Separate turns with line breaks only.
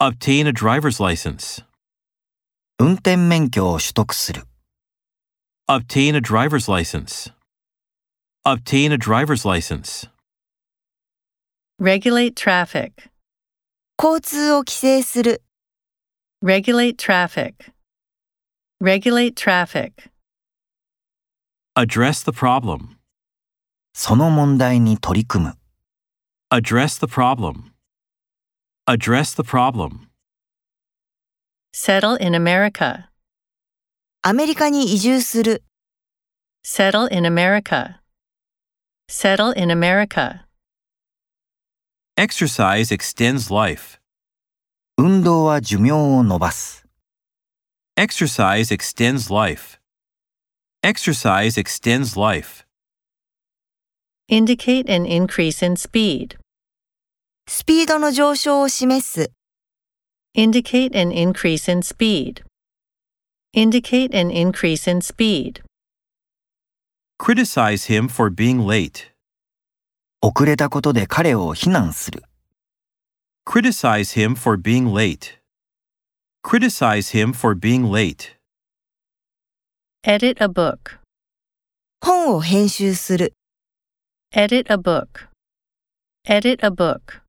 Obtain a driver's license.
運転免許を取得する。
Obtain a driver's license. Obtain a driver's license.
Regulate traffic.
交通を規制する。
Regulate traffic. Regulate traffic.
Address the problem.
その問題に取り組む。
Address the problem. Address the problem.
Settle in America.
アメリカに移住する。
Settle in America. Settle in America.
Exercise extends life.
運動は寿命を伸ばす。
Exercise extends life. Exercise extends life.
Indicate an increase in speed.
スピードの上昇を示す。
Indicate an increase in speed. Indicate an increase in speed.
Criticize him for being late.
遅れたことで彼を非難する。
Criticize him for being late. Criticize him for being late.
Edit a book.
本を編集する。
Edit a book. Edit a book.